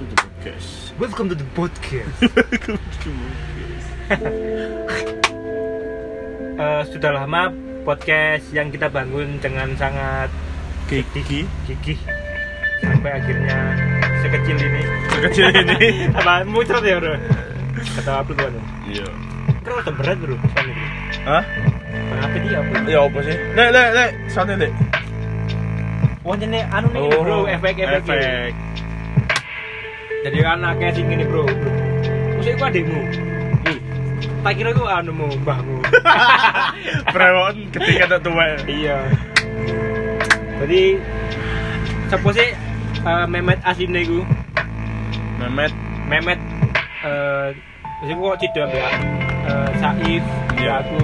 Podcast. Welcome to the podcast. Eh, sudah lama podcast yang kita bangun dengan sangat Kiki gigih sampai akhirnya sekecil ini. sekecil ini. Apa muncrat ya bro? Kata apa tuh bro? Iya. Kan agak berat bro. Soal ini. Hah? Kenapa dia apa? Ya apa sih? Lek lek lek, santai lek. Wah ini anu Oh. nih bro, efek efek. Jadi anak kayak sing ini bro. Maksudnya itu adikmu. Ih, Tak kira itu anumu, mbahmu. Prewon ketika tak tua. Iya. Jadi siapa sih eh, Mehmet aslinya iku? Mehmet. Mehmet eh sing kok cidok ya. Eh Saif, Iya. ya aku.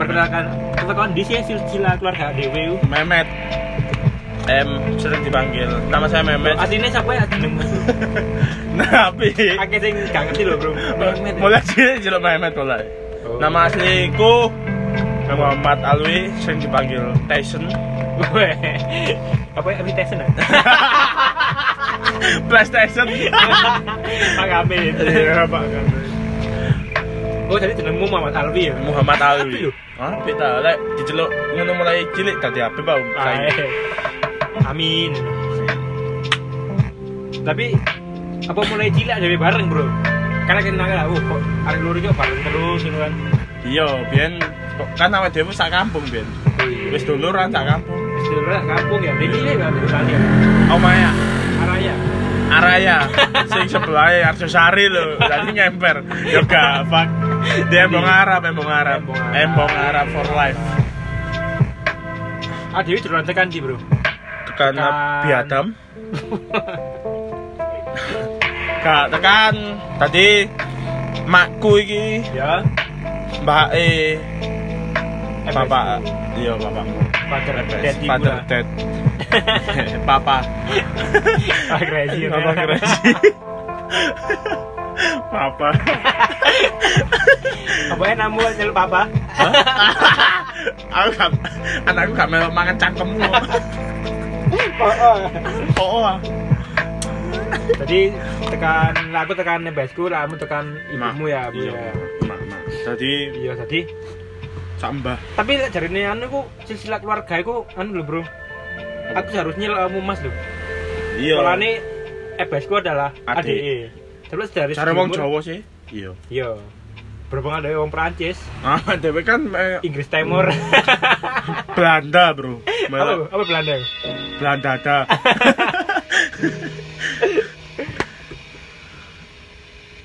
Perkenalkan, perkenalkan di sini silsilah keluarga Dewi. Mehmet. Em sering dipanggil. Nama saya Mehmet. Aslinya siapa ya aslinya? Tapi Kakek sing gak ngerti loh, Bro. Mehmet. mulai sih jelek Mehmet mulai. Oh. Nama asliku Muhammad Alwi sering dipanggil Tyson. Weh. Apa ya invitation? PlayStation. Pak Amin. Iya, Pak. Oh, jadi jenengmu Muhammad Alwi ya? Muhammad Apik Alwi. lho. Apik ta lek diceluk ngono mulai cilik dadi apik Pak. Ae. Saiki. Amin. Tapi apa mulai cilik dari bareng, Bro? Karena kena nggak oh, kok arek loro iki kok bareng terus gitu kan. Iya, biyen kok- kan awake dhewe sak kampung biyen. Wis duluran sak kampung. Wis dulu lah kampung ya. Ini nih Bang, tadi. Omaya Araya. Araya sing sebelahe Arsosari lho, tadi nyemper. Yo gak fuck. Dia embong Arab, embong Arab. Embong Arab. Embong Arab for life. Ah, Dewi duluan tekan di, Bro. Tekan Tekan. biadam. Gak tekan. Tadi makku iki ya. mbak e FS. bapak iya bapakmu Father FS, Dead di father gua. dead papa Ah, crazy. ya. Papa Gresi. Papa. Apa ya namu nyeluk papa? Aku gak, anakku gak melok mangan cangkemmu. Oh, Oh, oh. Jadi tekan aku tekan nebesku, kamu tekan ibumu ya, Bu. Iya, ya. mak, mak. Jadi Iya, jadi sak mbah. tapi lek jarine anu ku silsilah keluarga iku anu lho bro aku seharusnya kamu mas lho Iya. soalnya ebesku adalah Adik. ADE terus dari Cara wong Jawa sedulur- sih. Iya. iya berhubungan dari wong Perancis Ah, dhewe kan eh, Inggris Timur Belanda, Bro. apa, Melok apa Belanda Belanda ada.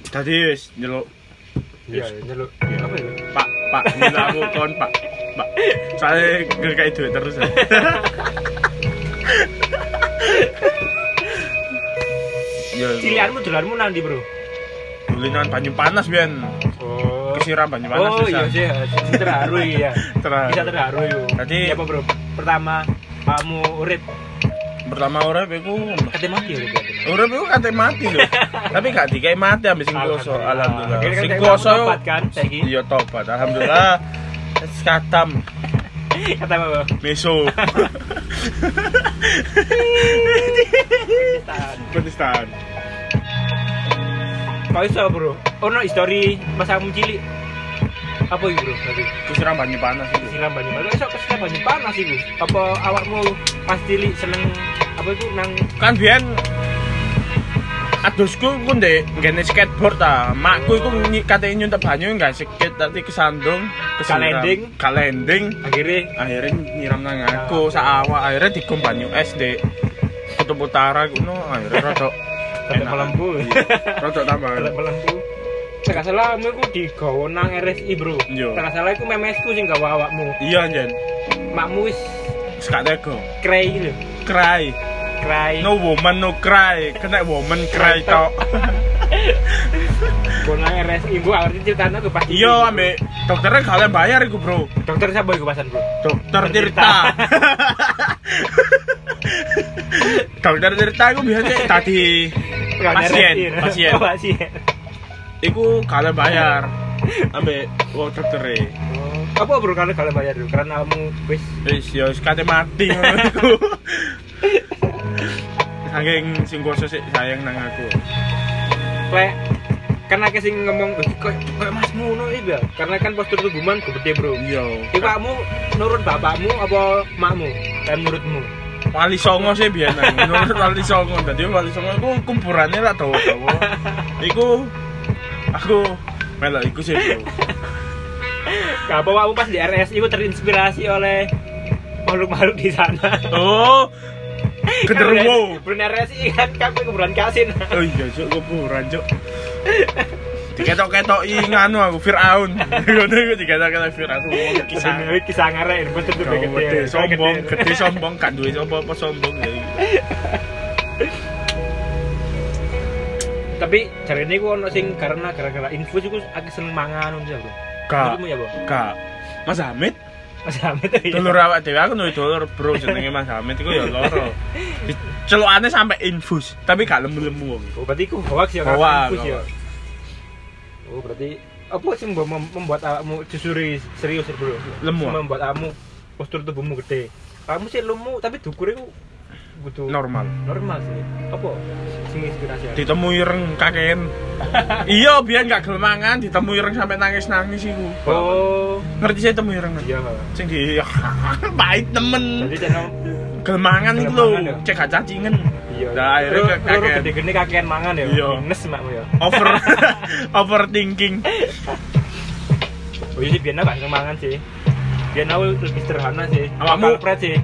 Tadi wis nyeluk iya Yes. nyeluk apa ya Pak, Pak, minta aku kon Pak, Pak. Saya gak kayak duit terus. ya. Ya, cilianmu dolanmu nanti bro dulinan banyu panas bian oh kesiram banyu panas oh susah. iya sih sih, terharu iya Terharu. bisa terharu iya Jadi- Iya, apa bro pertama kamu urip pertama urip iku kate mati urip ya urip iku kate mati lho tapi gak dikai mati ambek sing kuloso alhamdulillah sing kuloso yo- tobat kan saiki iya tobat alhamdulillah skatam kata apa bro meso Tahan. penistaan Kau iso bro, ono histori masa kamu cilik apa itu bro? Tadi kesiram banyu panas itu silam banyu panas, iso kesilam banyu panas iku. Apa awakmu pas cilik seneng apa itu nang kan biyen adusku ku ndek nggene skateboard ta makku iku ny- kate nyuntep banyu nggak skate tapi kesandung kesiram. Kalending. kalending akhirnya akhirnya nyiram nang aku sak awak akhirnya digom banyu es ndek kutub utara kuno akhirnya rada tetep melembu, Iya, rada tambah tetep melembu. Tidak salah, kamu itu digawa nang RSI bro. Iya. Tidak salah, aku memesku sih gawa awakmu. iya anjen Makmu wis sekak tego cry gitu, cry cry. no woman no cry kena woman cry tok Gawa nang RSI, bu. Akhirnya ceritanya aku pasti. iya ambek dokternya kalian bayar iku bro Dokter siapa iku pasan bro? Dokter Tirta. Dokter Tirta iku biasanya tadi pasien, RSI, bro. pasien. Oh, pasien. Iku kalian bayar. Ambek wong doktere. Oh. apa bro kalau kalau bayar bro karena kamu wis ya Wis yo wis kate mati ngono iku. saking sing kuasa sih sayang nang aku Lek karena kayak Kan sing ngomong "Eh, kok kok masmu ngono iki, Bel?" Karena kan postur tubuhmu gede, Bro. iya Iku kamu nurut bapakmu apa makmu? Dan menurutmu? wali songo sih biyen nang. menurut wali songo dadi wali songo iku kumpulannya ra dawa-dawa iku aku melok iku sih bro Gak apa kamu pas di RS itu terinspirasi oleh makhluk-makhluk di sana. oh genderuwo Brun RS ingat kan kuburan kasin. oh iya cuk kuburan cuk diketok-ketok iya, nganu aku Firaun ngono iku diketok-ketok Firaun kisah Kisah kisah ngarep bener tuh Kau gede, gede. Eh, sombong, gede sombong, kan duwe apa-apa sombong ya. Tapi cari ini gua ono sing karena gara-gara infus iku aku seneng mangan ngono Bro. Kak, Menurutmu ya, Bro? kak, Mas Hamid, Mas Hamid tuh ya. dulur awak dhewe aku duwe dulur bro jenenge Mas Hamid iku ya loro. Celukane sampe infus, tapi gak lemu-lemu wong. Oh, berarti ku hoax ya Hoax, infus ya. hoax. Oh, berarti apa sih mem- mem- membuat awakmu susuri serius Bro? Lemu, ah? Membuat awakmu postur tubuhmu gede. Kamu sih lemu tapi dukure ku butuh Normal. normal sih. Apa sing inspirasi? awakmu? Ditemui reng kaken. iya, biyen gak gelem mangan, ditemui reng sampe nangis-nangis iku. Oh, Ngerti sih temui reng. iya. Sing di pahit temen. Jadi channel Gelem mangan iku lho, Gelem mangan ya? cek gak cacingen. iya. Nah, akhirnya Loro- ke- loro kakean. gede-gede kakean mangan ya. Iya. Nes makmu ya. Over overthinking. Oh iya sih, biar gak seneng mangan sih Biar aku lebih sederhana sih Awakmu? Kampret sih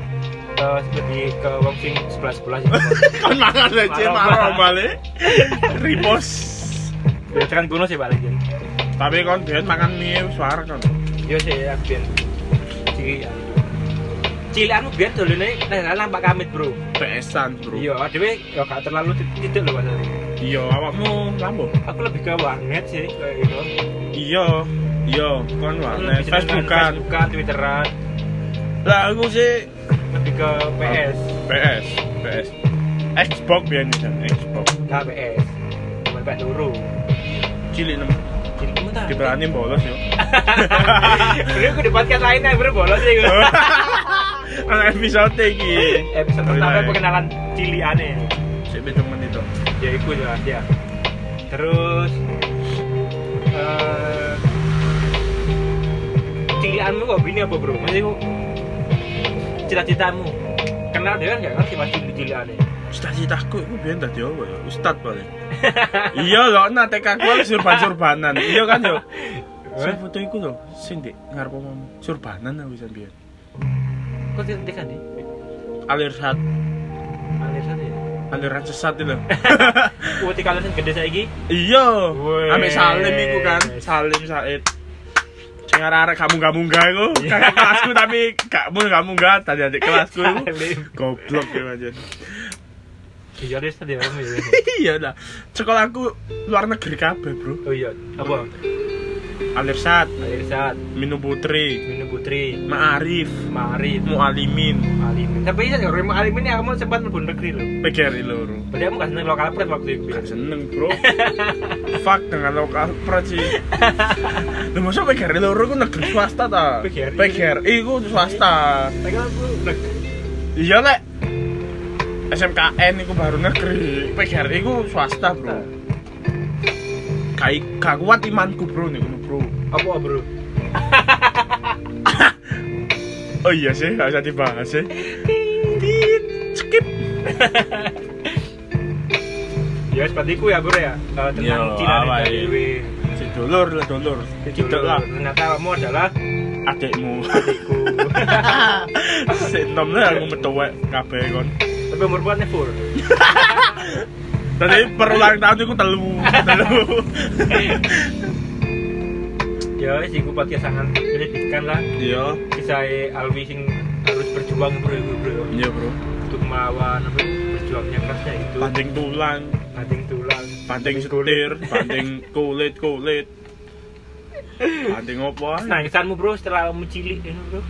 Eh, lebih ke wong sing sebelah-sebelah sih kan mangan aja Marah, marah marah. balik ribos Biasa kan kuno sih balik ya tapi kon dia makan mie suara kan Iya sih, aku ya. biar Cili Cilianmu biar dulu nih, nah nampak kamit bro pesan bro Iya, adewe ya gak terlalu tid- tidur loh masalahnya iya awakmu lambo Aku lebih ke warnet sih, kayak gitu iya iya kon Aku warnet lebih seneng Facebookan Facebookan, Twitteran kan. lah aku sih Lebih ke PS PS PS Xbox biar nih Xbox Gak PS Cuma pak dulu cilik nem Jadi kamu tak? diberani bolos yo Bro, aku di podcast lainnya bro, bolos sih gue anak episode iki episode Oh, pertama iya, iya. pengenalan cili aneh sik pitung menit to ya itu ya ya terus eh cilianmu hobi ini apa bro masih cita-citamu kenal dia kan nggak ngerti pasti di ciliannya cita-citaku itu biar dadi apa ya ustad paling iya loh nah TK aku surban-surbanan iya kan yo Sing foto iku lho, sing di ngarep omahmu. Surbanan aku bisa biyen. kok tidak kan nih Alir sat, aliran ya aliran sesat itu lho. Uwe tiga aliran gede saiki Iya. Weh. Ame Salim iku kan, Salim Said. Sing arek-arek kamu gak munggah iku, Iya. kakak kelasku tapi gak mun gak munggah tadi adik kelasku iku. Salim. Goblok ya anjir. iya dia tadi ya kamu ya. Iya lah. Sekolahku luar negeri kabeh, Bro. oh iya apa Alir sat, aliran Minum Putri, Minum Putri Ma'arif, Mari Mualimin, Alimin tapi ya Remo Alimin ya kamu sempat melebur negeri loh PGRI loro. berarti kamu gak seneng lokal press waktu itu ya? Gak seneng bro Fuck dengan lokal pro sih Lu masa PGRI loro ku negeri swasta ta PGRI. PGRI ku swasta Tapi kan aku negeri Iya lek SMKN iku baru negeri PGRI ku swasta bro Kai gak kuat imanku bro nih bro Apa bro? Oh iya sih gak usah dibahas sih Tit, Skip Ya seperti ku ya bro ya Eh, Tentang Yo, Cina apa ini? dan Dewi Si dulur lah dulur Gitu lah Ternyata kamu adalah adikmu adikku Si nom lah aku metuwek kabeh kon Tapi umur buatnya full Tadi per ulang tahun itu telu, telu. Ya sih ku podcast sangat menyedihkan lah Iya, Kisah Alwi sing harus berjuang bro bro, bro. iya bro. Untuk melawan apa berjuangnya kerasnya itu Banting tulang, Banting tulang banting setir, banting kulit, kulit. Banting apa? Terus ae? Nangisanmu bro setelah kamu cilik ya, bro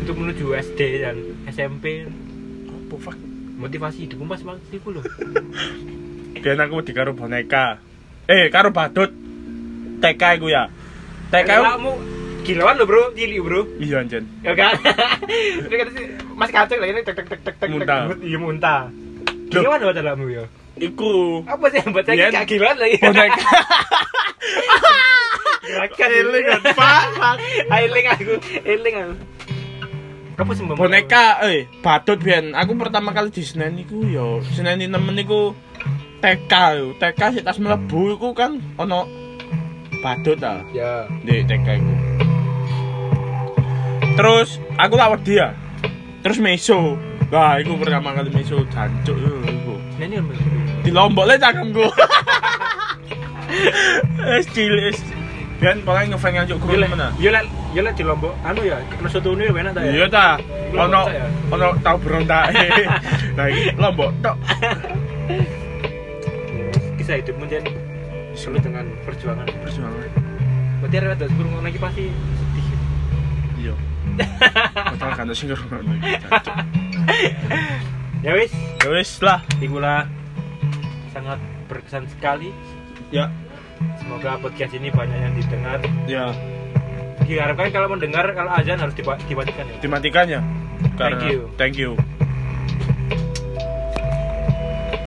Untuk menuju SD dan SMP Apa fuck? Motivasi hidupmu pas banget sih ku loh Biar aku dikaro boneka. Eh, karo badut. TK aku ya. TK aku. Kamu kilauan lo bro, cilik bro Iya anjen. kan Ya kan? Dia kata sih, Mas kacung lagi tek tek tek tek tek. Muntah. Iya muntah. Loh. Gimana buat dalammu ya? Iku Apa sih yang buat saya Iya. kegilaan lagi? boneka. Gerakan Eling kan, Pak, Pak. Eling aku, eling aku. Kamu sembah Boneka eh batut biyen aku pertama kali di Senen iku yo Senen nemen iku TK yo. TK sik tas mlebu iku kan ono batut ta. Ya. di TK iku. Terus aku tak wedi ya. Terus meso. Wah, iku pertama kali meso jancuk yo iku. Nah, Ini kan Mas. Di lombok le cangkemku. Wis cilik wis. Biyen paling ngefans nganjuk kru Yola, mana? yola, yola di Lombok. Anu ya, nasi tunu ya enak tak ya? Iya ta. ya? Lombok Ono saya. ono tau berontak. Lah iki lombok tok. Kisah hidupmu Jan. Selalu dengan perjuangan. Perjuangan. Berarti ada ada sebelum lagi pasti sedih. Iya. Padahal kan sing ngrungokno iki. jancuk. Ya wis, Ya wis lah. ikulah sangat berkesan sekali. Ya, Semoga podcast ini banyak yang didengar. ya Diharapkan kalau mendengar kalau azan harus diba- dimatikan ya. dimatikan ya. Thank you. Thank you.